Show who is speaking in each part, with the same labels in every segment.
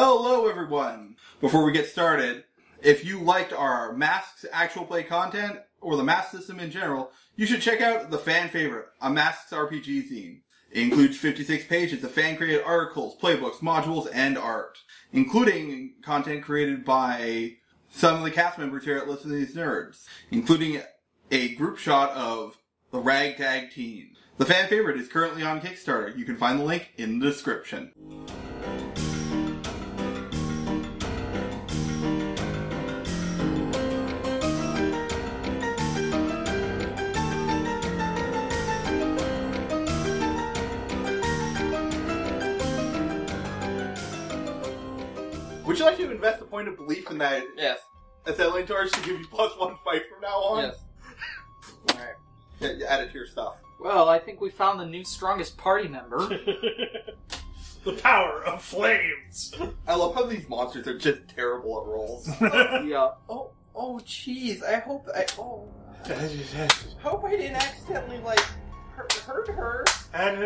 Speaker 1: Hello, everyone. Before we get started, if you liked our Masks actual play content or the Mask system in general, you should check out the fan favorite, a Masks RPG theme. It includes 56 pages of fan created articles, playbooks, modules, and art, including content created by some of the cast members here at Listen to These Nerds, including a group shot of the Ragtag Team. The fan favorite is currently on Kickstarter. You can find the link in the description. Would you like to invest a point of belief in that
Speaker 2: Yes.
Speaker 1: Acetylene Torch to give you plus one fight from now on?
Speaker 2: Yes.
Speaker 1: Alright. Yeah, you add it to your stuff.
Speaker 3: Well, I think we found the new strongest party member.
Speaker 4: the power of flames.
Speaker 1: I love how these monsters are just terrible at rolls.
Speaker 3: yeah.
Speaker 1: oh, oh, jeez. I hope I. Oh. Hope I didn't accidentally, like, hurt, hurt her. And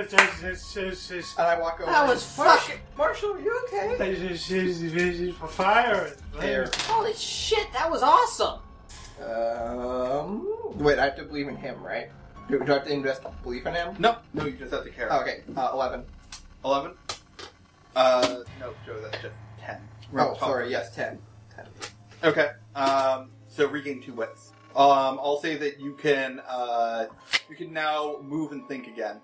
Speaker 1: I walk over.
Speaker 3: That was fucking.
Speaker 1: Marshall, are you okay?
Speaker 4: for fire.
Speaker 5: There.
Speaker 3: Holy shit, that was awesome!
Speaker 5: Um. Wait, I have to believe in him, right? Do, do I have to invest belief in him?
Speaker 1: No, no, you just have to carry.
Speaker 5: Okay, uh, 11.
Speaker 1: 11? Uh, no, Joe, that's just 10. We're
Speaker 5: Oh,
Speaker 1: on top.
Speaker 5: sorry, yes, 10.
Speaker 1: Okay. Um, so regain two wits. Um, I'll say that you can uh, you can now move and think again.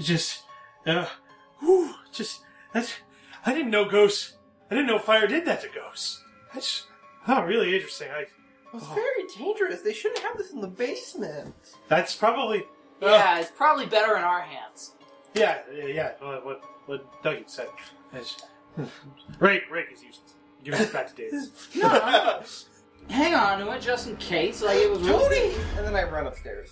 Speaker 4: Just, uh, whew, just, that's, I didn't know ghosts, I didn't know fire did that to ghosts. That's, oh, really interesting. I,
Speaker 5: It's very dangerous. They shouldn't have this in the basement.
Speaker 4: that's probably, uh,
Speaker 3: Yeah, it's probably better in our hands.
Speaker 4: yeah, yeah, yeah, what, what, what Dougie said. That's, rake, rake is useless. Give it back to Davis.
Speaker 3: No, I'm- hang on to it just in case.
Speaker 5: Uh,
Speaker 3: Like it was
Speaker 5: Tony! And then I run upstairs.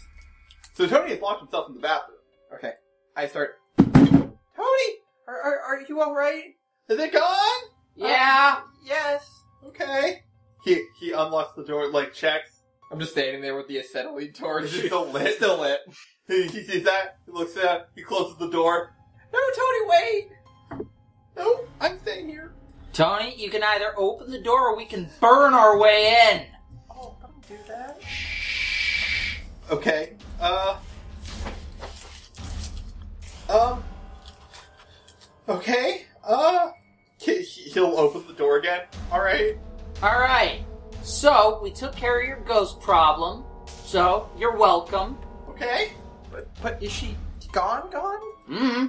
Speaker 1: so Tony has locked himself in the bathroom.
Speaker 5: Okay, I start. Tony! Are, are, are you alright?
Speaker 1: Is it gone?
Speaker 3: Yeah.
Speaker 5: Yes.
Speaker 1: Okay. He he unlocks the door, like checks.
Speaker 5: I'm just standing there with the acetylene torch.
Speaker 1: Is it still lit?
Speaker 5: still lit.
Speaker 1: He, he sees that. He looks at. That, he closes the door.
Speaker 5: No, Tony, wait!
Speaker 1: No, I'm staying here.
Speaker 3: Tony, you can either open the door or we can burn our way in.
Speaker 5: Oh, don't do that.
Speaker 1: Okay. Uh. Um. Okay. Uh. he- He'll open the door again. All right.
Speaker 3: All right. So we took care of your ghost problem. So you're welcome.
Speaker 1: Okay.
Speaker 5: But, but is she gone, gone?
Speaker 3: Mm-hmm.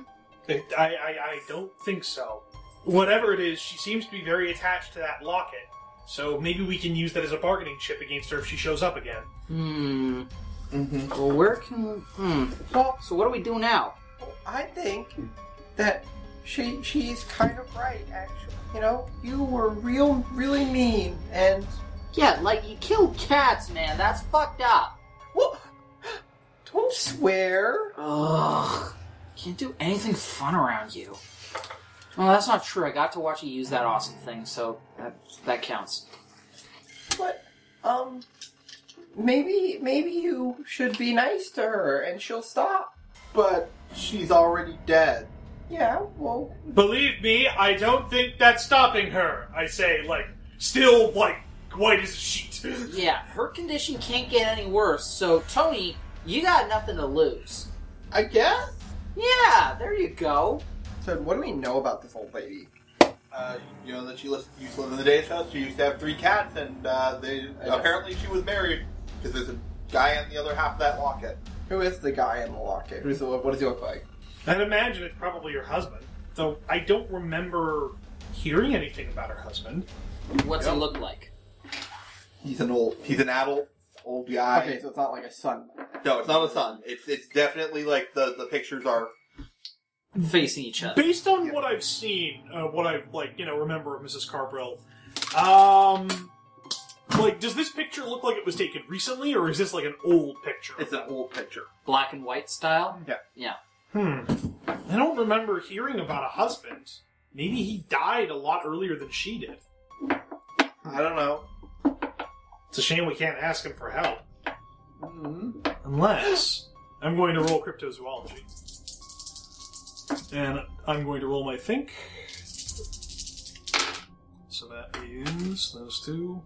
Speaker 4: I, I, I don't think so. Whatever it is, she seems to be very attached to that locket. So maybe we can use that as a bargaining chip against her if she shows up again.
Speaker 3: Hmm. Well, where can we? Hmm.
Speaker 5: Well,
Speaker 3: So what do we do now?
Speaker 5: I think that she she's kind of right, actually. You know, you were real, really mean, and
Speaker 3: Yeah, like you kill cats, man. That's fucked up.
Speaker 5: well, don't swear.
Speaker 3: Ugh. Can't do anything fun around you. Well, that's not true. I got to watch you use that awesome thing, so that that counts.
Speaker 5: But um, maybe maybe you should be nice to her, and she'll stop.
Speaker 1: But she's already dead.
Speaker 5: Yeah, well,
Speaker 4: Believe me, I don't think that's stopping her. I say, like, still, like, white as a sheet.
Speaker 3: Yeah, her condition can't get any worse. So Tony, you got nothing to lose.
Speaker 1: I guess.
Speaker 3: Yeah, there you go.
Speaker 5: so what do we know about this old lady?
Speaker 1: Uh, you know that she lived, used to live in the Days house. She used to have three cats, and uh, they
Speaker 5: guess.
Speaker 1: apparently she was married because there's a guy on the other half of that locket.
Speaker 5: Who is the guy in the locket? Who's the, what does he look like?
Speaker 4: I'd imagine it's probably her husband, though I don't remember hearing anything about her husband.
Speaker 3: What's it
Speaker 1: Yep.
Speaker 3: look like?
Speaker 1: He's an old. He's an adult old guy.
Speaker 5: Okay, so it's not like a son.
Speaker 1: No, it's not a son. It's it's definitely like the the pictures are.
Speaker 3: Facing each other.
Speaker 4: Based on what I've seen, uh, what I've, like, you know, remember of Mrs. Carbrill, um, like, does this picture look like it was taken recently, or is this, like, an old picture?
Speaker 1: It's an old picture.
Speaker 3: Black and white style.
Speaker 1: Yeah.
Speaker 3: Yeah.
Speaker 4: Hmm. I don't remember hearing about a husband. Maybe he died a lot earlier than she did.
Speaker 1: I don't know.
Speaker 4: It's a shame we can't ask him for help.
Speaker 5: Mm-hmm.
Speaker 4: Unless I'm going to roll cryptozoology. And I'm going to roll my think. So that is those two.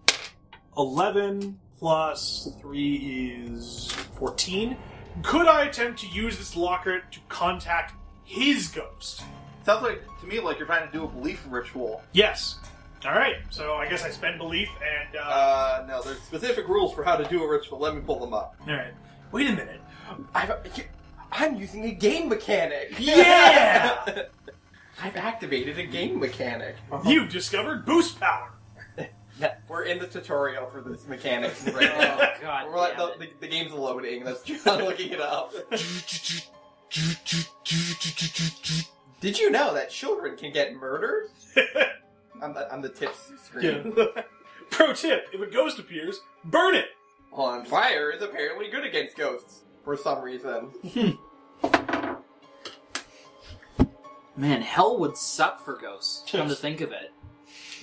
Speaker 4: 11 plus 3 is 14. Could I attempt to use this locker to contact his ghost?
Speaker 1: Sounds like to me like you're trying to do a belief ritual.
Speaker 4: Yes. All right. So I guess I spend belief and. Uh,
Speaker 1: Uh, no, there's specific rules for how to do a ritual. Let me pull them up.
Speaker 4: all right. Wait a minute.
Speaker 5: I've, I'm using a game mechanic.
Speaker 4: Yeah!
Speaker 5: I've activated a game mechanic.
Speaker 4: You've discovered boost power.
Speaker 5: We're in the tutorial for this mechanic right now.
Speaker 3: Oh god.
Speaker 5: We're like,
Speaker 3: damn
Speaker 5: the,
Speaker 3: it.
Speaker 5: the, the game's loading. That's John looking it up. Did you know that children can get murdered? I'm the, I'm the tips screen.
Speaker 4: Pro tip if a ghost appears, burn it!
Speaker 5: On fire is apparently good against ghosts for some reason.
Speaker 3: Man, hell would suck for ghosts. Come to think of it.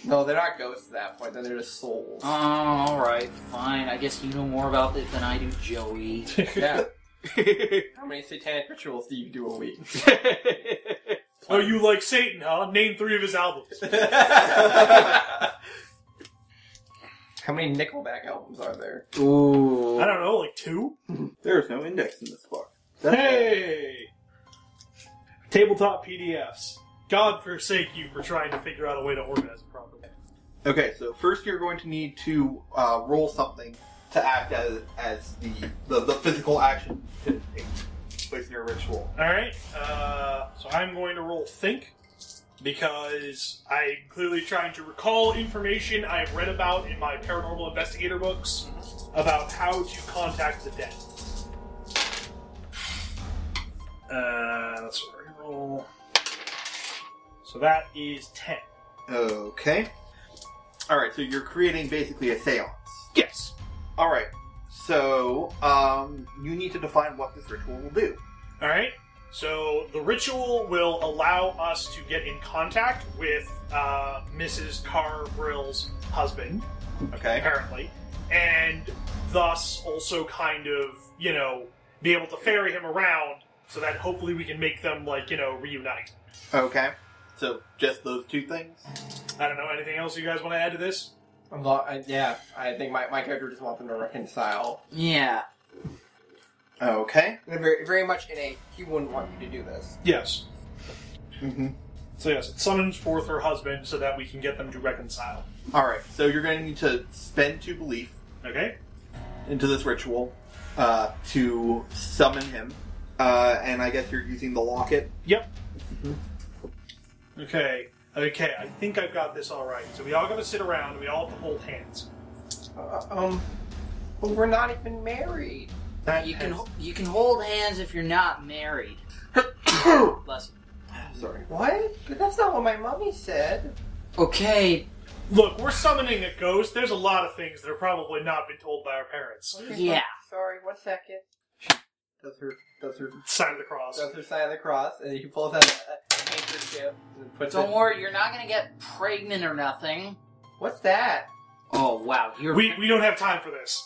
Speaker 5: No, they're not ghosts at that point. Then they're just souls.
Speaker 3: Oh, alright, fine. I guess you know more about it than I do, Joey.
Speaker 5: yeah. How many satanic rituals do you do a week?
Speaker 4: Oh, you like Satan, huh? Name three of his albums.
Speaker 5: How many Nickelback albums are there?
Speaker 3: Ooh.
Speaker 4: I don't know, like two?
Speaker 1: There is no index in this book.
Speaker 4: Hey! Tabletop PDFs. God forsake you for trying to figure out a way to organize it properly.
Speaker 1: Okay, so first you're going to need to uh, roll something to act as as the the, the physical action to take place in your ritual.
Speaker 4: Alright, uh, so I'm going to roll Think because I'm clearly trying to recall information I have read about in my paranormal investigator books about how to contact the dead. Uh, that's what I roll. So that is 10.
Speaker 1: Okay. All right, so you're creating basically a séance.
Speaker 4: Yes.
Speaker 1: All right. So, um, you need to define what this ritual will do.
Speaker 4: All right. So the ritual will allow us to get in contact with uh, Mrs. Carbrill's husband,
Speaker 1: Okay.
Speaker 4: apparently, and thus also kind of you know be able to ferry him around so that hopefully we can make them like you know reunite.
Speaker 1: Okay. So, just those two things?
Speaker 4: I don't know anything else you guys want to add to this.
Speaker 5: I'm lo- I, yeah, I think my, my character just wants them to reconcile.
Speaker 3: Yeah.
Speaker 1: Okay.
Speaker 5: Very, very much in a, he wouldn't want you to do this.
Speaker 4: Yes.
Speaker 1: Mm-hmm.
Speaker 4: So yes, it summons forth her husband so that we can get them to reconcile.
Speaker 1: All right. So, you're going to need to spend two belief
Speaker 4: Okay.
Speaker 1: into this ritual uh, to summon him. Uh, and I guess you're using the locket.
Speaker 4: Yep. Mm-hmm. Okay. Okay, I think I've got this all right. So we all gotta sit around and we all have to hold hands.
Speaker 5: Uh, um, but we're not even married.
Speaker 3: You can you can hold hands if you're not married. Bless you.
Speaker 1: Sorry.
Speaker 5: What? But that's not what my mommy said.
Speaker 3: Okay,
Speaker 4: Look, we're summoning a ghost. There's a lot of things that are probably not been told by our parents.
Speaker 5: Okay,
Speaker 3: Yeah.
Speaker 5: Sorry, one second. Does her, does her,
Speaker 4: Sign of the cross.
Speaker 5: does her sign of the cross, and he pulls out a, a handkerchief and puts
Speaker 3: don't
Speaker 5: it.
Speaker 3: worry, you're not gonna get pregnant or nothing.
Speaker 5: What's that?
Speaker 3: Oh wow, you're
Speaker 4: We we don't have time for this.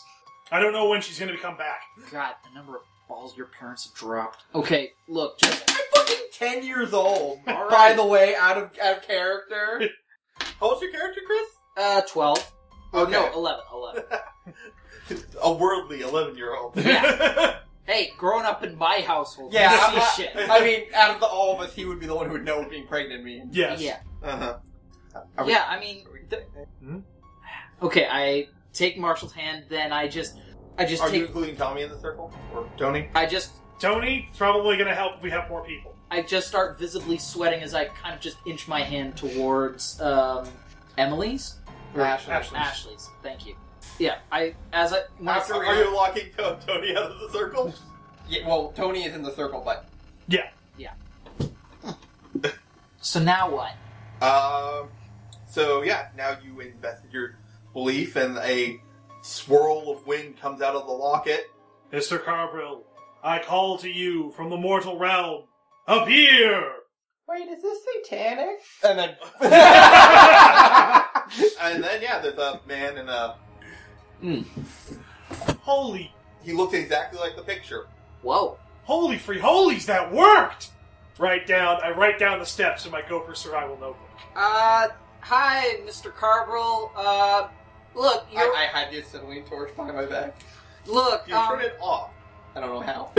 Speaker 4: I don't know when she's gonna come back.
Speaker 3: God, the number of balls your parents have dropped. Okay, look, just
Speaker 5: I'm fucking ten years old.
Speaker 3: All
Speaker 5: By
Speaker 3: right.
Speaker 5: the way, out of out of character. How old's your character, Chris?
Speaker 3: uh twelve. Oh
Speaker 1: Okay.
Speaker 3: no, eleven, eleven.
Speaker 1: A worldly 11 year old.
Speaker 3: hey, growing up in my household,
Speaker 5: Yeah,
Speaker 3: you
Speaker 5: I'm
Speaker 3: see
Speaker 5: not-
Speaker 3: shit.
Speaker 5: I mean, out of the all of us, he would be the one who would know what being pregnant means.
Speaker 4: yes.
Speaker 3: Yeah,
Speaker 1: Uh huh.
Speaker 5: Are we-
Speaker 3: yeah. I mean, the-
Speaker 4: Hmm?
Speaker 3: okay. I take Marshall's hand, then I just, I just
Speaker 1: Are
Speaker 3: take,
Speaker 1: you including Tommy in the circle? Or Tony?
Speaker 3: I just,
Speaker 4: Tony, it's probably gonna help if we have more people.
Speaker 3: I just start visibly sweating as I kind of just inch my hand towards um, Emily's,
Speaker 5: Ashley.
Speaker 4: Ashley.
Speaker 3: Ashley's. Thank you. Yeah, I as I when I-
Speaker 5: After-
Speaker 1: Are, are you locking to- Tony out of the circle?
Speaker 5: Yeah, well, Tony is in the circle, but
Speaker 4: Yeah.
Speaker 3: so now what?
Speaker 1: Um, so yeah, now you invested your belief, and a swirl of wind comes out of the locket.
Speaker 4: Mr. Carbrill, I call to you from the mortal realm. Appear!
Speaker 5: wait, is this satanic? And then
Speaker 1: And then yeah, there's a man in a.
Speaker 4: Holy,
Speaker 1: He looks exactly like the picture.
Speaker 3: Whoa.
Speaker 4: holy free holies, that worked! Write down, I write down the steps in my Gopher Survival Notebook.
Speaker 3: Uh, hi, Mr. Carbrill. Uh, look,
Speaker 6: I,
Speaker 3: you're,
Speaker 6: I hide the acetylene torch behind my back.
Speaker 3: look.
Speaker 6: You
Speaker 3: um,
Speaker 6: turn it off. I don't know how.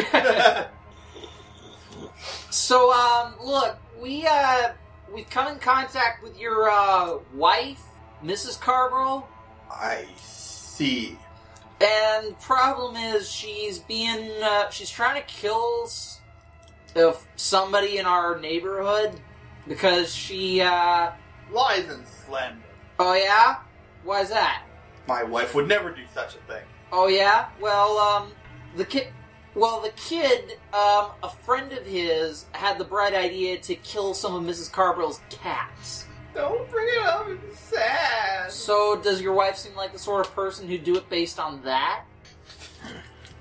Speaker 3: So, um, look, we, uh, we've come in contact with your, uh, wife, Mrs. Carbrill,
Speaker 1: I see.
Speaker 3: and the problem is she's being, uh, she's trying to kill s- uh, somebody in our neighborhood because she, uh,
Speaker 1: Lies and slander.
Speaker 3: oh yeah? Why's that?
Speaker 1: My wife would never do such a thing.
Speaker 3: Oh yeah. Well, um, the kid. Well, the kid, um, a friend of his, had the bright idea to kill some of Mrs. Carbrill's cats.
Speaker 6: don't bring it up. It's sad.
Speaker 3: So, does your wife seem like the sort of person who'd do it based on that?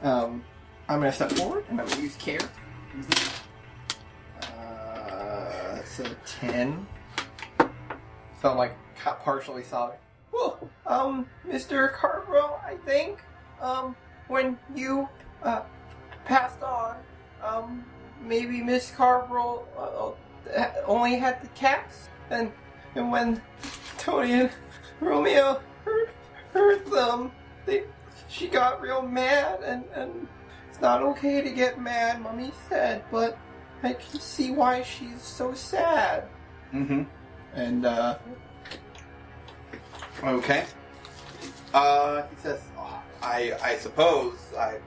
Speaker 5: Um, I'm gonna step forward and I'm gonna use care. Uh, that's a ten.
Speaker 6: So I'm like ca- partially sobbing.
Speaker 5: Well, um, Mr. Carbrill, I think, um, when you, uh, passed on, um, maybe Miss Carbrill uh, uh, only had the cats, and and when Tony and Romeo heard, heard them, they, she got real mad, and, and it's not okay to get mad, Mummy said, but I can see why she's so sad.
Speaker 1: Mm-hmm.
Speaker 5: And, uh,
Speaker 1: Okay. Uh, he says, "Oh, I, I suppose I.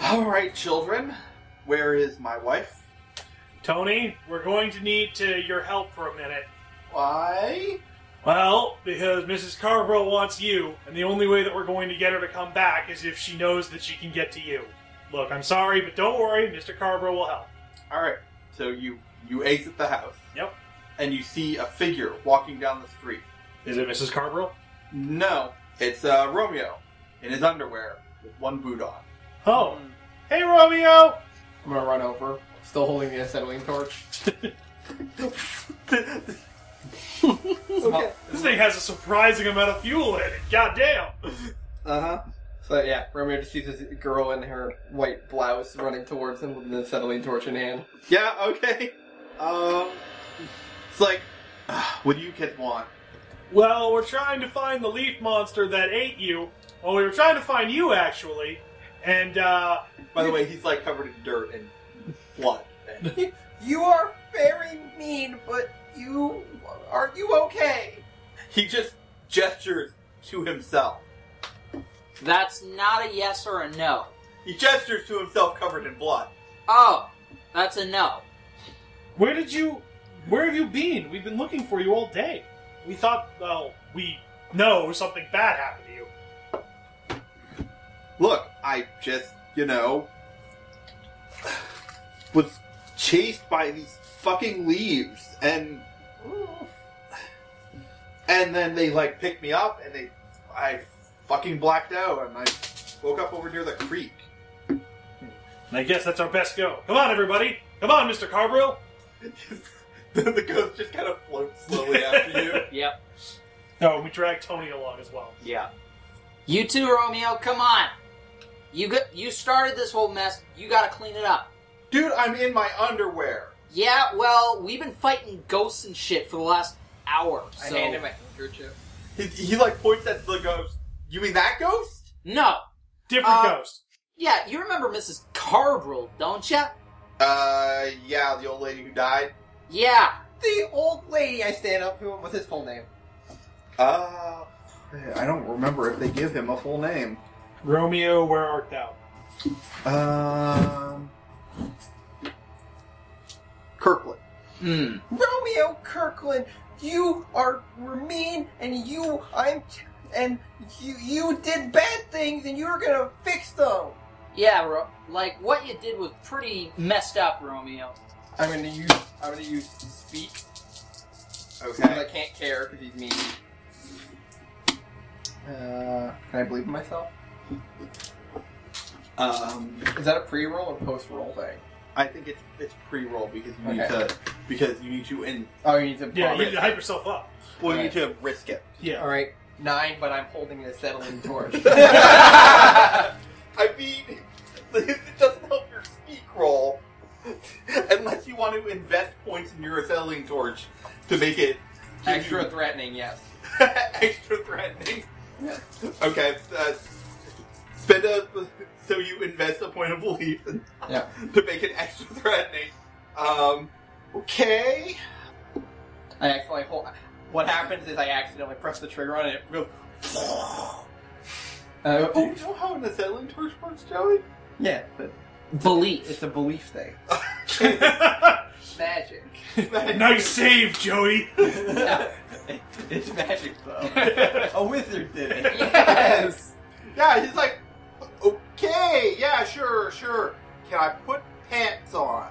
Speaker 1: All right, children. Where is my wife?
Speaker 4: Tony, we're going to need to your help for a minute.
Speaker 1: Why?
Speaker 4: Well, because Mrs. Carbrill wants you, and the only way that we're going to get her to come back is if she knows that she can get to you. Look, I'm sorry, but don't worry, Mr. Carbrill will help.
Speaker 1: All right. So you you exit the house.
Speaker 4: Yep.
Speaker 1: And you see a figure walking down the street.
Speaker 4: Is it Mrs. Carbrill?
Speaker 1: No, it's uh, Romeo in his underwear with one boot on.
Speaker 4: Oh. Hey, Romeo!
Speaker 6: I'm gonna run over, still holding the acetylene torch.
Speaker 5: okay.
Speaker 4: This thing has a surprising amount of fuel in it. Goddamn!
Speaker 1: Uh huh.
Speaker 6: uh-huh. So yeah, Romeo just sees this girl in her white blouse running towards him with an acetylene torch in hand.
Speaker 1: Yeah. Okay. Um. It's like, "Ah, what do you kids want?
Speaker 4: Well, we're trying to find the leaf monster that ate you. Well, we were trying to find you, actually. And, uh,
Speaker 1: By the way, he's like covered in dirt and blood. And
Speaker 5: You are very mean, but you are you okay?
Speaker 1: he just gestures to himself.
Speaker 3: That's not a yes or a no.
Speaker 1: He gestures to himself covered in blood.
Speaker 3: Oh, that's a no.
Speaker 4: where did you. Where have you been? We've been looking for you all day. We thought, well, we know something bad happened to you.
Speaker 1: Look, I just, you know, was chased by these fucking leaves and and then they like picked me up and they I fucking blacked out and I woke up over near the creek.
Speaker 4: And I guess that's our best go. Come on, everybody! Come on, Mr. Carbrill!
Speaker 1: Then the ghost just kind of floats slowly after you.
Speaker 3: Yep.
Speaker 4: No, we drag Tony along as well.
Speaker 3: Yeah. You too, Romeo. Come on. You got, you started this whole mess. You got to clean it up.
Speaker 1: Dude, I'm in my underwear.
Speaker 3: Yeah. Well, we've been fighting ghosts and shit for the last hour. So.
Speaker 6: I hand him a handkerchief.
Speaker 1: He, he like points at the ghost. You mean that ghost?
Speaker 3: No.
Speaker 4: Different
Speaker 3: Uh,
Speaker 4: ghost.
Speaker 3: Yeah, you remember Mrs. Carbrill, don't ya?
Speaker 1: Uh, yeah, the old lady who died.
Speaker 3: Yeah.
Speaker 6: The old lady. I stand up to him with his full name.
Speaker 1: Uh, I don't remember if they give him a full name.
Speaker 4: Romeo, where art thou?
Speaker 1: Um, Kirkland.
Speaker 3: Hmm.
Speaker 5: Romeo Kirkland, you are were mean, and you I'm t- and you you did bad things, and you're gonna fix them.
Speaker 3: Yeah, Ro- like what you did was pretty messed up, Romeo.
Speaker 6: I'm gonna use. I'm gonna use speak. 'cause I
Speaker 1: Okay.
Speaker 6: can't care because he's mean. Uh, can I believe in myself?
Speaker 1: Um,
Speaker 6: Is that a pre-roll or post-roll thing?
Speaker 1: I think it's it's pre-roll because you need
Speaker 6: Okay.
Speaker 1: to because you need to and
Speaker 6: Oh, you need to.
Speaker 4: Yeah, you
Speaker 6: bomb
Speaker 4: need to
Speaker 6: it.
Speaker 4: hype yourself up.
Speaker 1: well you
Speaker 6: Right.
Speaker 1: need to risk it.
Speaker 4: Yeah.
Speaker 6: All right, nine, but I'm holding an acetylene torch.
Speaker 1: I mean, it doesn't help your speak roll unless you want to invest points in your acetylene torch to make it
Speaker 7: Give
Speaker 2: Extra
Speaker 7: you-
Speaker 2: threatening, yes.
Speaker 1: extra threatening.
Speaker 5: Yeah.
Speaker 1: Okay. Uh, spend a so you invest a point of belief in-
Speaker 2: Yeah.
Speaker 1: to make it extra threatening. Um, okay.
Speaker 2: I accidentally hold. What happens is I accidentally press the trigger on it. It goes. Uh,
Speaker 1: Oh, you know how an acetylene torch works, Joey?
Speaker 2: yeah, but
Speaker 3: Belief.
Speaker 2: it's a belief thing. Magic.
Speaker 4: nice save, Joey.
Speaker 2: No, it- it's magic though. a wizard did it.
Speaker 1: yes. Yeah, he's like, okay, yeah, sure, sure. Can I put pants on?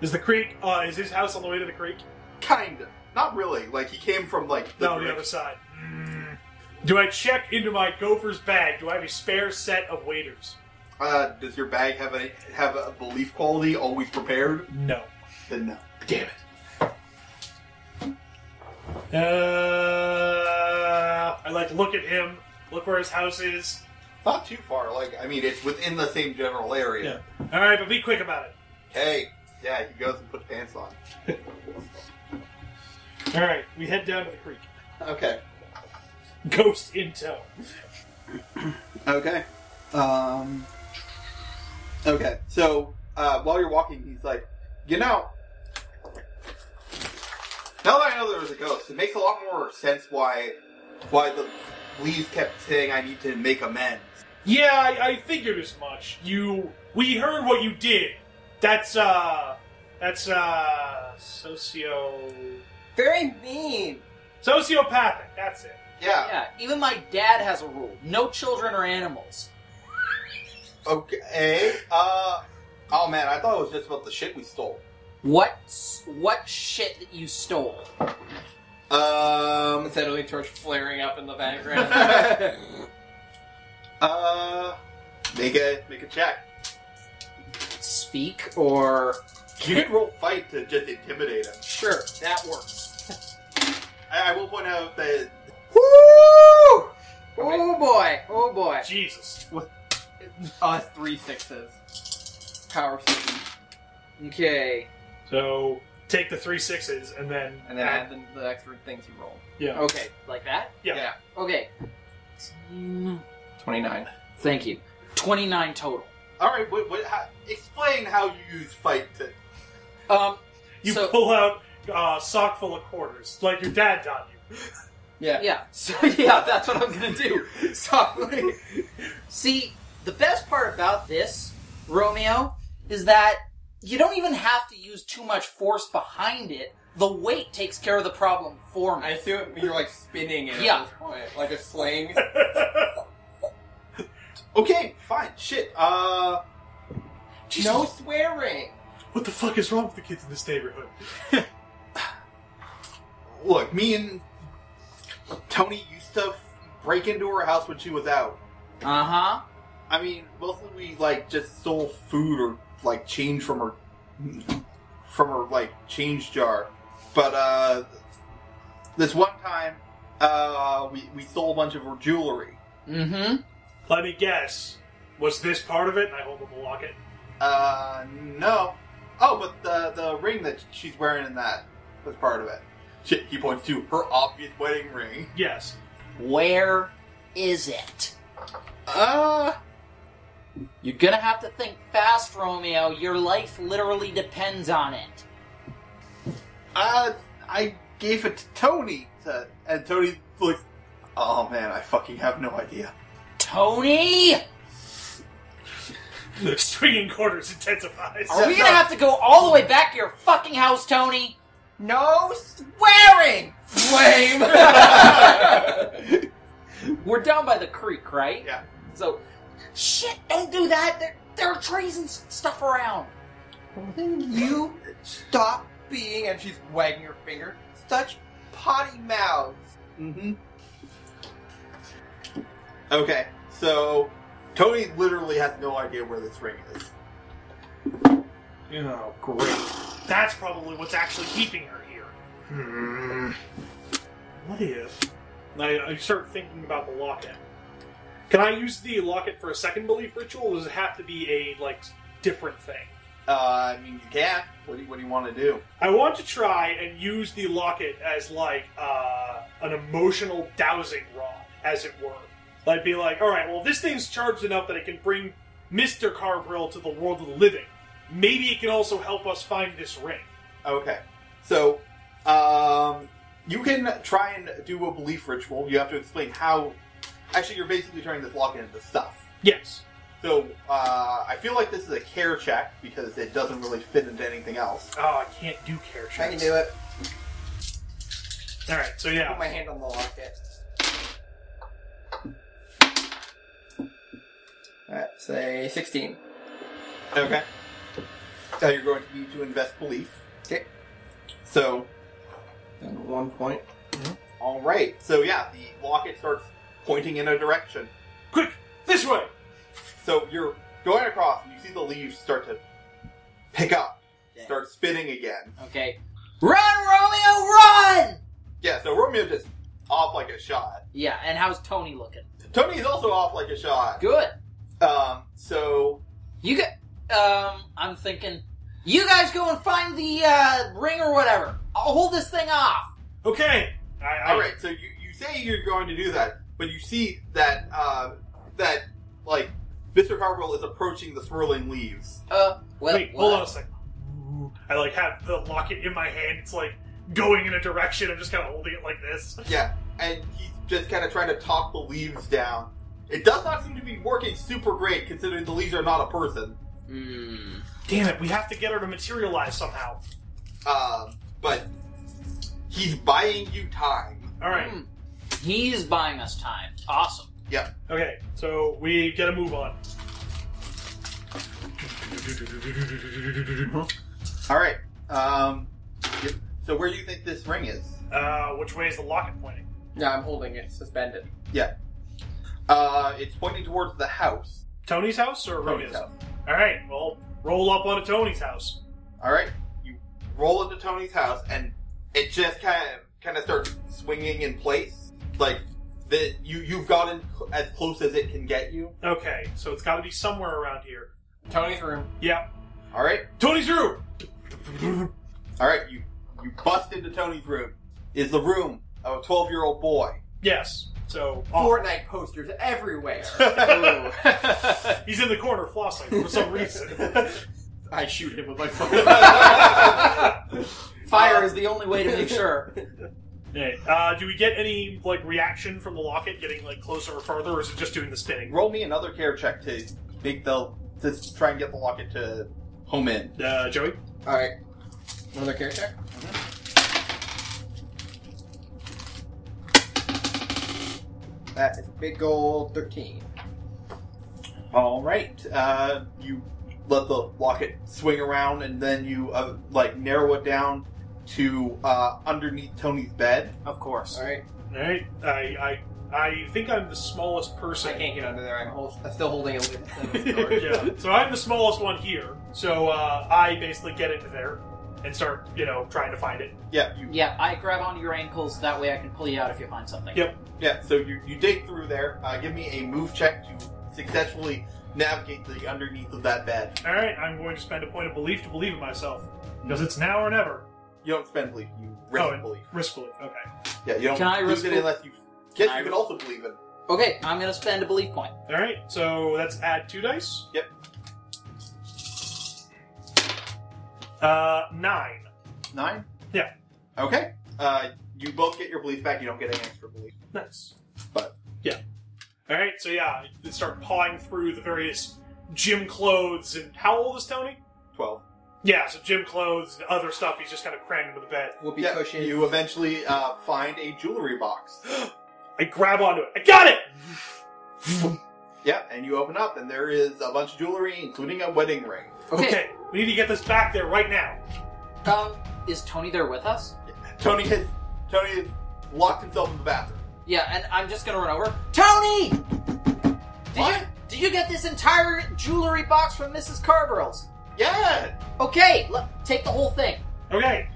Speaker 4: Is the creek? Uh, is his house on the way to the creek?
Speaker 1: Kinda. Not really. Like he came from like the,
Speaker 4: no, the other side. Mm. Do I check into my gopher's bag? Do I have a spare set of waiters?
Speaker 1: Uh, does your bag have a have a belief quality? Always prepared?
Speaker 4: No.
Speaker 1: Then no.
Speaker 4: Damn it. Uh, I like to look at him, look where his house is.
Speaker 1: Not too far. Like I mean, it's within the same general area.
Speaker 4: All right, but be quick about it.
Speaker 1: Hey, yeah, he goes and puts pants on.
Speaker 4: All right, we head down to the creek.
Speaker 1: Okay.
Speaker 4: Ghost in tow.
Speaker 1: Okay. Um. Okay. So uh, while you're walking, he's like, you know, now that I know there was a ghost, it makes a lot more sense why why the leaves kept saying I need to make amends.
Speaker 4: Yeah, I, I figured as much. You, we heard what you did. That's uh, that's uh, socio,
Speaker 5: Very mean.
Speaker 4: sociopathic. That's it.
Speaker 1: Yeah.
Speaker 3: Yeah, even my dad has a rule: no children or animals.
Speaker 1: Okay. Uh. Oh man, I thought it was just about the shit we stole.
Speaker 3: What what shit that you stole?
Speaker 1: Um.
Speaker 2: Acetylene torch flaring up in the background.
Speaker 1: Uh. Make a make a check.
Speaker 3: Speak or
Speaker 1: You can roll fight to just intimidate him.
Speaker 3: sure that works.
Speaker 1: I, I will point out that
Speaker 3: Woo! Oh boy! Oh boy!
Speaker 4: Jesus.
Speaker 2: uh, three sixes. Power six.
Speaker 3: Okay.
Speaker 4: So take the three sixes and then
Speaker 2: And then add Oh, the, the extra things you roll.
Speaker 4: yeah.
Speaker 3: Okay, like that.
Speaker 4: Yeah.
Speaker 2: yeah.
Speaker 3: Okay.
Speaker 2: 29.
Speaker 3: Thank you. Twenty nine total.
Speaker 1: all right. What, what, how, explain how you use fight to.
Speaker 3: Um.
Speaker 4: You
Speaker 3: so,
Speaker 4: pull out uh, sock full of quarters, like your dad taught you.
Speaker 2: Yeah.
Speaker 3: Yeah. So yeah, that's what I'm gonna do. So I'm gonna- see, the best part about this, Romeo, is that you don't even have to use too much force behind it. The weight takes care of the problem for
Speaker 2: I
Speaker 3: me.
Speaker 2: assume you're like spinning it
Speaker 3: Yeah.
Speaker 2: at this point. Like a sling.
Speaker 1: Okay, fine. Shit. Uh.
Speaker 2: no swearing!
Speaker 4: What the fuck is wrong with the kids in this neighborhood?
Speaker 1: Look, me and Tony used to break into her house when she was out.
Speaker 3: Uh huh.
Speaker 1: I mean, mostly we like just stole food or like change from her from her like change jar. But uh this one time uh we, we stole a bunch of her jewelry.
Speaker 3: Mm-hmm.
Speaker 4: Let me guess. Was this part of it? And I hold up a locket.
Speaker 1: Uh no. Oh, but the the ring that she's wearing in that was part of it. Shit, he points to her obvious wedding ring.
Speaker 4: Yes.
Speaker 3: Where is it?
Speaker 1: Uh
Speaker 3: You're gonna have to think fast, Romeo. Your life literally depends on it.
Speaker 1: uh I gave it to Tony to, and Tony looks Oh man, I fucking have no idea.
Speaker 3: Tony,
Speaker 4: Swinging quarters intensifies.
Speaker 3: are we gonna have to go all the way back to your fucking house, Tony?
Speaker 2: No swearing! Flame!
Speaker 3: We're down by the creek, right?
Speaker 1: Yeah.
Speaker 3: So, shit, don't do that. There, there are trees and s- stuff around.
Speaker 5: You stop being
Speaker 2: and she's wagging her finger.
Speaker 5: such potty mouths.
Speaker 1: Mm-hmm. Okay, so Tony literally has no idea where this ring is.
Speaker 4: Oh, great. That's probably what's actually keeping her here. Hmm. What if? I, I start thinking about the locket. Can I use the locket for a second belief ritual, or does it have to be a like different thing?
Speaker 1: Uh, I mean, you can. What do you, what do you want to do?
Speaker 4: I want to try and use the locket as like uh, an emotional dowsing rod, as it were. Like, be like, all right, well, this thing's charged enough that it can bring Mister Carbrill to the world of the living. Maybe it can also help us find this ring.
Speaker 1: Okay. So, um, you can try and do a belief ritual. You have to explain how. Actually, you're basically turning this lock into stuff.
Speaker 4: Yes.
Speaker 1: So, uh, I feel like this is a care check because it doesn't really fit into anything else.
Speaker 4: Oh, I can't do care checks.
Speaker 5: I can do it.
Speaker 4: All right. So yeah.
Speaker 5: Put my hand on the locket. That's a 16.
Speaker 1: Okay. Now you're going to need to invest belief.
Speaker 5: Okay.
Speaker 1: So,
Speaker 5: And one point.
Speaker 1: all right. So yeah, the locket starts pointing in a direction.
Speaker 4: Quick, this way.
Speaker 1: So you're going across, and you see the leaves start to pick up, start spinning again.
Speaker 3: Okay. Run, Romeo, run!
Speaker 1: Yeah. So Romeo just off like a shot.
Speaker 3: Yeah, and how's Tony looking?
Speaker 1: Tony is also off like a shot.
Speaker 3: Good.
Speaker 1: Um. So
Speaker 3: You get. Um, I'm thinking. You guys go and find the uh, ring or whatever. I'll hold this thing off.
Speaker 4: Okay. I, I,
Speaker 1: all right. So you you say you're going to do that, but you see that uh that like Mr. Carwell is approaching the swirling leaves.
Speaker 3: Uh, well,
Speaker 4: Wait, hold on a second. I like have the locket in my hand. It's like going in a direction. I'm just kind of holding it like this.
Speaker 1: Yeah, and he's just kind of trying to talk the leaves down. It does not seem to be working super great, considering the leaves are not a person.
Speaker 3: Hmm.
Speaker 4: Damn it! We have to get her to materialize somehow.
Speaker 1: Um, but he's buying you time.
Speaker 4: All right.
Speaker 3: Hmm. He's buying us time. Awesome.
Speaker 4: Okay. So we gotta move on.
Speaker 1: All right. Um, yep. so where do you think this ring is?
Speaker 4: Uh, which way is the locket pointing?
Speaker 5: No, I'm holding it suspended.
Speaker 1: Uh, it's pointing towards the house.
Speaker 4: Tony's house or Romeo's?
Speaker 1: Tony's house.
Speaker 4: All right. Well, roll up onto Tony's house.
Speaker 1: All right. You roll into Tony's house, and it just kind of kind of starts swinging in place, like that. You you've gotten cl- as close as it can get you.
Speaker 4: Okay. So it's got to be somewhere around here.
Speaker 5: Tony's room.
Speaker 4: Yeah.
Speaker 1: All right.
Speaker 4: Tony's room.
Speaker 1: All right, you you bust into Tony's room. Is the room of a twelve year old boy?
Speaker 4: Yes. So off.
Speaker 5: Fortnite posters everywhere.
Speaker 4: he's in the corner flossing for some reason.
Speaker 5: I shoot him with my
Speaker 3: Fire is the only way to make sure.
Speaker 4: Hey, uh, do we get any like reaction from the locket getting like closer or further, or is it just doing the spinning?
Speaker 1: Roll me another care check to make the to try and get the locket to home in.
Speaker 4: Uh, Joey,
Speaker 5: Alright. Another care check? Mm-hmm. That is a big gold 13.
Speaker 1: All right, uh, you let the locket swing around, and then you uh, like narrow it down to uh, underneath Tony's bed.
Speaker 3: Of course.
Speaker 5: Alright.
Speaker 4: all right? I, I, I think I'm the smallest person.
Speaker 5: I can't get under there. I'm, hol- I'm still holding it. with-
Speaker 4: yeah, so I'm the smallest one here. So uh, I basically get into there and start, you know, trying to find it.
Speaker 1: Yeah, you
Speaker 3: Yeah, I grab onto your ankles. That way I can pull you out if you find something.
Speaker 4: Yep.
Speaker 1: yeah. So you you dig through there. Uh, give me a move check to successfully navigate the underneath of that bed.
Speaker 4: All right, I'm going to spend a point of belief to believe in myself because it's now or never.
Speaker 1: You don't spend belief. You risk
Speaker 4: Oh, and-
Speaker 1: belief.
Speaker 4: Risk belief. Okay.
Speaker 1: Yeah, you don't
Speaker 3: Can I
Speaker 1: lose
Speaker 3: risk
Speaker 1: it
Speaker 3: it?
Speaker 1: unless you. Yes,
Speaker 3: I
Speaker 1: you can
Speaker 3: risk-
Speaker 1: also believe it.
Speaker 3: Okay, I'm gonna spend a belief point.
Speaker 4: All right. So that's add two dice.
Speaker 1: Yep.
Speaker 4: Uh, nine.
Speaker 1: Nine.
Speaker 4: Yeah.
Speaker 1: Okay. Uh, you both get your belief back. You don't get any extra belief.
Speaker 4: Nice.
Speaker 1: But-
Speaker 4: yeah. All right, so yeah, they start pawing through the various gym clothes and how old is Tony?
Speaker 1: Twelve.
Speaker 4: Yeah, so gym clothes and other stuff. He's just kind of crammed into the bed.
Speaker 5: Whoopee
Speaker 1: yeah.
Speaker 5: cushion.
Speaker 1: You eventually uh, find a jewelry box.
Speaker 4: I grab onto it. I got it.
Speaker 1: yeah, and you open up, and there is a bunch of jewelry, including a wedding ring.
Speaker 3: Okay.
Speaker 4: Okay, we need to get this back there right now.
Speaker 3: Um, is Tony there with us?
Speaker 1: Tony has Tony has locked himself in the bathroom.
Speaker 3: Yeah, and I'm just gonna run over. Tony! Did you
Speaker 1: What?
Speaker 3: did you get this entire jewelry box from Mrs. Carverill's?
Speaker 1: Yeah.
Speaker 3: Okay, l- take the whole thing.
Speaker 4: Okay.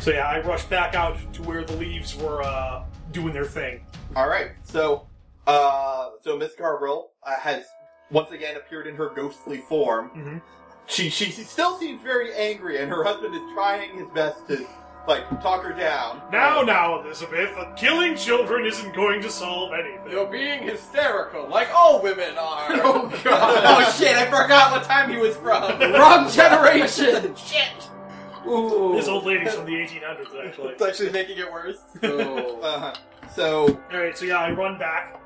Speaker 4: So yeah, I rushed back out to where the leaves were uh, doing their thing.
Speaker 1: All right. So, uh, so Miss Carbrill uh, has once again appeared in her ghostly form.
Speaker 4: Mhm.
Speaker 1: She she still seems very angry, and her husband is trying his best to like talk her down.
Speaker 4: Now, now, Elizabeth, killing children isn't going to solve anything.
Speaker 5: You're being hysterical, like all women are. oh
Speaker 3: God.
Speaker 5: oh shit! I forgot what time he was from.
Speaker 3: Wrong generation! Shit!
Speaker 5: Ooh,
Speaker 4: This old lady's from the 1800s, actually.
Speaker 5: it's actually making it worse.
Speaker 3: Oh.
Speaker 1: Uh, so
Speaker 4: All right, so yeah, I run back,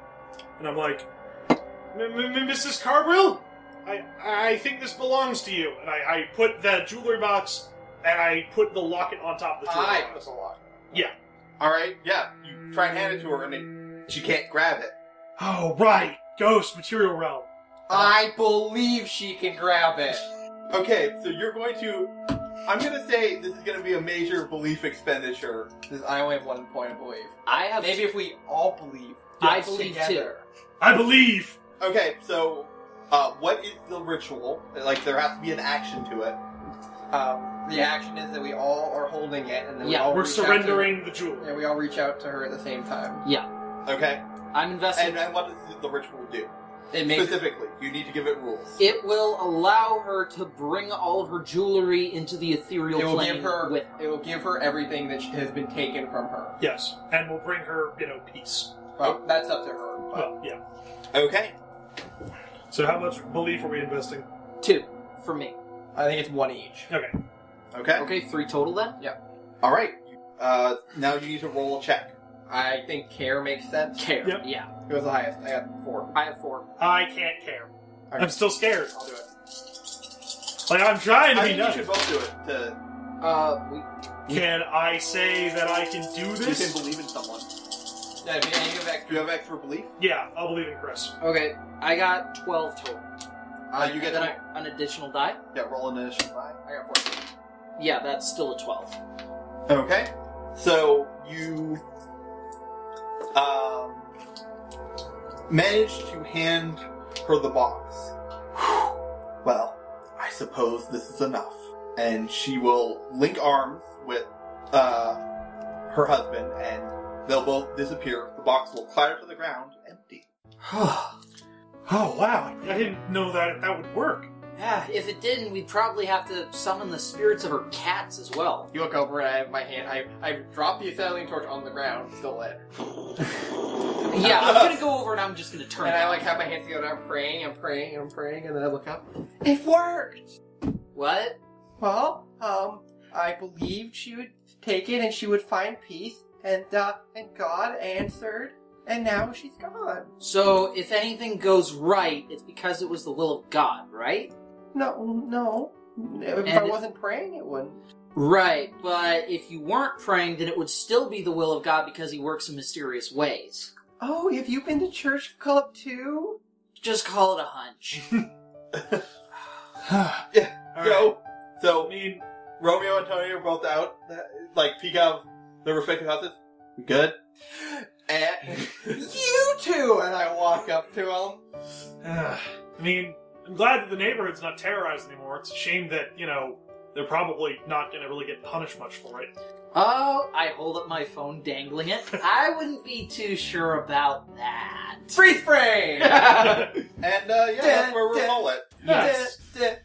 Speaker 4: and I'm like, "M- m- m- Mrs. Carbrill, I I think this belongs to you. And I, I put the jewelry box, and I put the locket on top of the jewelry
Speaker 5: I
Speaker 4: box.
Speaker 5: was a lot.
Speaker 1: all right, yeah, you try and hand it to her, and it, she can't grab it.
Speaker 4: Oh right, ghost material realm.
Speaker 5: I believe she can grab it.
Speaker 1: Okay, so you're going to. I'm gonna say this is gonna be a major belief expenditure.
Speaker 5: This- I only have one point of belief.
Speaker 3: I have.
Speaker 5: Maybe if we all believe,
Speaker 3: I
Speaker 5: yes,
Speaker 3: believe
Speaker 5: together.
Speaker 4: I believe.
Speaker 1: Okay, so uh, what is the ritual? Like there has to be an action to it.
Speaker 5: Um, the action is that we all are holding it, and then we
Speaker 3: Yeah.
Speaker 5: all
Speaker 4: We're
Speaker 5: reach out to-
Speaker 4: surrendering the jewel.
Speaker 5: and we all reach out to her at the same time.
Speaker 1: Okay,
Speaker 3: I'm invested.
Speaker 1: and, uh, and what does the ritual do
Speaker 3: it makes
Speaker 1: specifically? You need to give it rules.
Speaker 3: It will allow her to bring all of her jewelry into the ethereal
Speaker 5: It will
Speaker 3: plane
Speaker 5: give her.
Speaker 3: with.
Speaker 5: It will give her everything that she- has been taken from her.
Speaker 4: Yes, and we'll bring her, you know, peace.
Speaker 5: Well, that's up to her. But
Speaker 4: Well, yeah.
Speaker 1: Okay,
Speaker 4: So how much belief are we investing?
Speaker 3: Two for me.
Speaker 5: I think it's one each.
Speaker 4: Okay.
Speaker 1: okay,
Speaker 3: Okay, three total then?
Speaker 1: all right. Uh, now you need to roll a check.
Speaker 5: I think care makes sense.
Speaker 3: Care.
Speaker 4: Yep.
Speaker 3: Yeah.
Speaker 5: It was the highest. I got four.
Speaker 3: I have four.
Speaker 4: I can't care. I'm still scared.
Speaker 5: I'll do it.
Speaker 4: Like I'm trying to
Speaker 1: I
Speaker 4: be
Speaker 1: think you should
Speaker 4: nice.
Speaker 1: both do it. To,
Speaker 3: Uh, we,
Speaker 4: Can I say that I can do
Speaker 1: you can
Speaker 4: this?
Speaker 1: believe in someone.
Speaker 5: Yeah, if you- and you have
Speaker 1: Do
Speaker 5: extra.
Speaker 1: you have extra belief?
Speaker 4: Yeah, I'll believe in Chris.
Speaker 3: okay, I got 12 total.
Speaker 1: Uh, you get
Speaker 3: And then
Speaker 1: an,
Speaker 3: I- an additional die?
Speaker 1: yeah, roll an initial die.
Speaker 5: I got four.
Speaker 3: Yeah, that's still a 12.
Speaker 1: Okay. So you um, managed to hand her the box. Whew. Well, I suppose this is enough. And she will link arms with uh, her husband, and they'll both disappear. The box will clatter to the ground, empty.
Speaker 4: Oh wow! I didn't know that that would work.
Speaker 3: Ah, if it didn't, we'd probably have to summon the spirits of her cats as well.
Speaker 5: You look over and I have my hand. I I dropped the acetylene torch on the ground, still lit.
Speaker 3: Yeah, I'm gonna go over and I'm just gonna turn
Speaker 5: And
Speaker 3: it
Speaker 5: I
Speaker 3: on.
Speaker 5: like have my hands together. I'm praying. I'm praying. I'm praying. And then I look up. It worked.
Speaker 3: What?
Speaker 5: Well, um, I believed she would take it and she would find peace. And uh, and God answered. And now she's gone.
Speaker 3: So, if anything goes right, it's because it was the will of God, right?
Speaker 5: No, no. If I
Speaker 3: And-
Speaker 5: wasn't praying, it wouldn't.
Speaker 3: Right, but if you weren't praying, then it would still be the will of God because He works in mysterious ways.
Speaker 5: Oh, have you been to church club too?
Speaker 3: Just call it a hunch.
Speaker 4: All
Speaker 1: so,
Speaker 4: right.
Speaker 1: so
Speaker 4: I mean,
Speaker 1: Romeo and Tony are both out, uh, like peek out of their respective houses. We Good.
Speaker 5: Eh.
Speaker 1: And
Speaker 5: You too. And I walk up to him.
Speaker 4: uh, I mean, I'm glad that the neighborhood's not terrorized anymore. It's a shame that you know they're probably not going to really get punished much for it.
Speaker 3: oh, I hold up my phone, dangling it. I wouldn't be too sure about that.
Speaker 5: Freeze frame.
Speaker 1: and uh, yeah, that's where we'll roll it.
Speaker 4: Yes.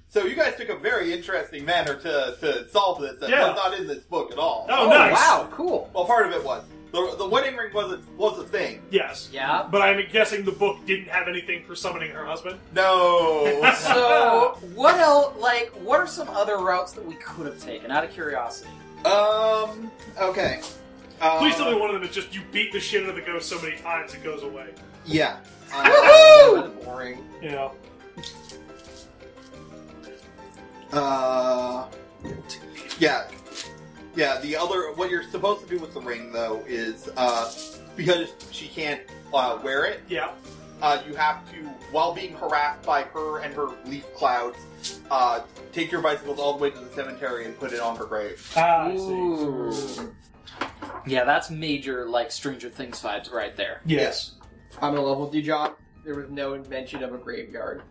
Speaker 1: So you guys took a very interesting manner to, to solve this that
Speaker 4: Yeah.
Speaker 1: was not in this book at all.
Speaker 4: Oh, nice.
Speaker 3: Wow, cool.
Speaker 1: Well, part of it was the, the wedding ring was a, was a thing.
Speaker 4: Yes.
Speaker 3: Yeah.
Speaker 4: But I'm guessing the book didn't have anything for summoning her husband.
Speaker 1: No,
Speaker 3: So, what else? Like, what are some other routes that we could have taken? Out of curiosity.
Speaker 1: um, okay. Uh,
Speaker 4: Please tell me one of them is just you beat the shit out of the ghost so many times it goes away.
Speaker 1: Yeah.
Speaker 5: Woohoo! boring.
Speaker 4: You know.
Speaker 1: Uh, yeah, yeah. The other what you're supposed to do with the ring though is uh, because she can't uh, wear it.
Speaker 4: Yeah.
Speaker 1: uh, you have to, while being harassed by her and her leaf clouds, uh, take your bicycles all the way to the cemetery and put it on her grave.
Speaker 4: Ah,
Speaker 3: Ooh. Yeah, that's major, like, Stranger Things vibes right there.
Speaker 4: Yes.
Speaker 5: I'm in love with you, John. There was no mention of a graveyard.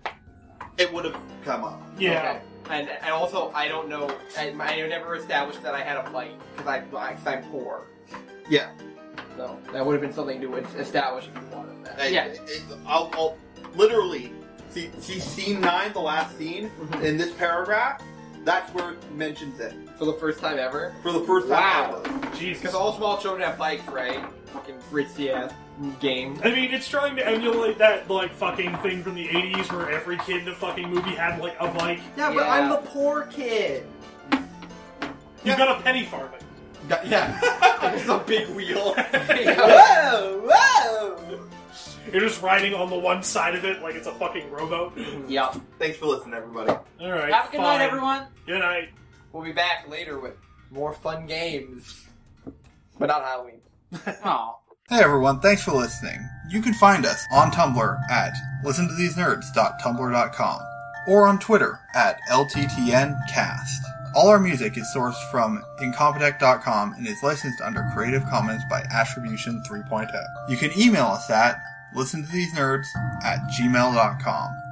Speaker 1: It would have come up.
Speaker 4: Yeah.
Speaker 5: Okay. And, and also, I don't know. I, I never established that I had a light because I cause I'm poor.
Speaker 1: Yeah.
Speaker 5: So that would have been something to establish if you wanted that.
Speaker 1: It-
Speaker 3: Yeah.
Speaker 1: it- it- I'll, I'll literally
Speaker 8: See, see scene nine, the last scene
Speaker 9: Mm-hmm.
Speaker 8: in this paragraph. That's where it mentions it
Speaker 5: For the first time ever.
Speaker 8: for the first time.
Speaker 5: Wow.
Speaker 8: ever.
Speaker 4: Jesus.
Speaker 5: Because all small children have bikes, right? Fucking ritzy ass game.
Speaker 4: I mean, it's trying to emulate that like fucking thing from the '80s where every kid in the fucking movie had like a bike.
Speaker 9: Yeah, but I'm
Speaker 5: Yeah.
Speaker 9: the poor kid.
Speaker 4: You got a penny farthing.
Speaker 5: Yeah. it's a big wheel.
Speaker 9: Whoa, whoa!
Speaker 4: You're just riding on the one side of it like it's a fucking rowboat.
Speaker 5: yep.
Speaker 8: Thanks for listening, everybody.
Speaker 4: All Hmm. right.
Speaker 3: Have a good
Speaker 4: fine.
Speaker 3: night, everyone.
Speaker 4: Good night.
Speaker 5: We'll be back later with more fun games. But not Halloween.
Speaker 3: Aw.
Speaker 1: Hey everyone, thanks for listening. You can find us on Tumblr at listentothesenerds.tumblr.com or on Twitter at LTTNcast. All our music is sourced from incompetech.com and is licensed under Creative Commons by oh. Attribution 3.0. You can email us at listentothesenerds at gmail.com.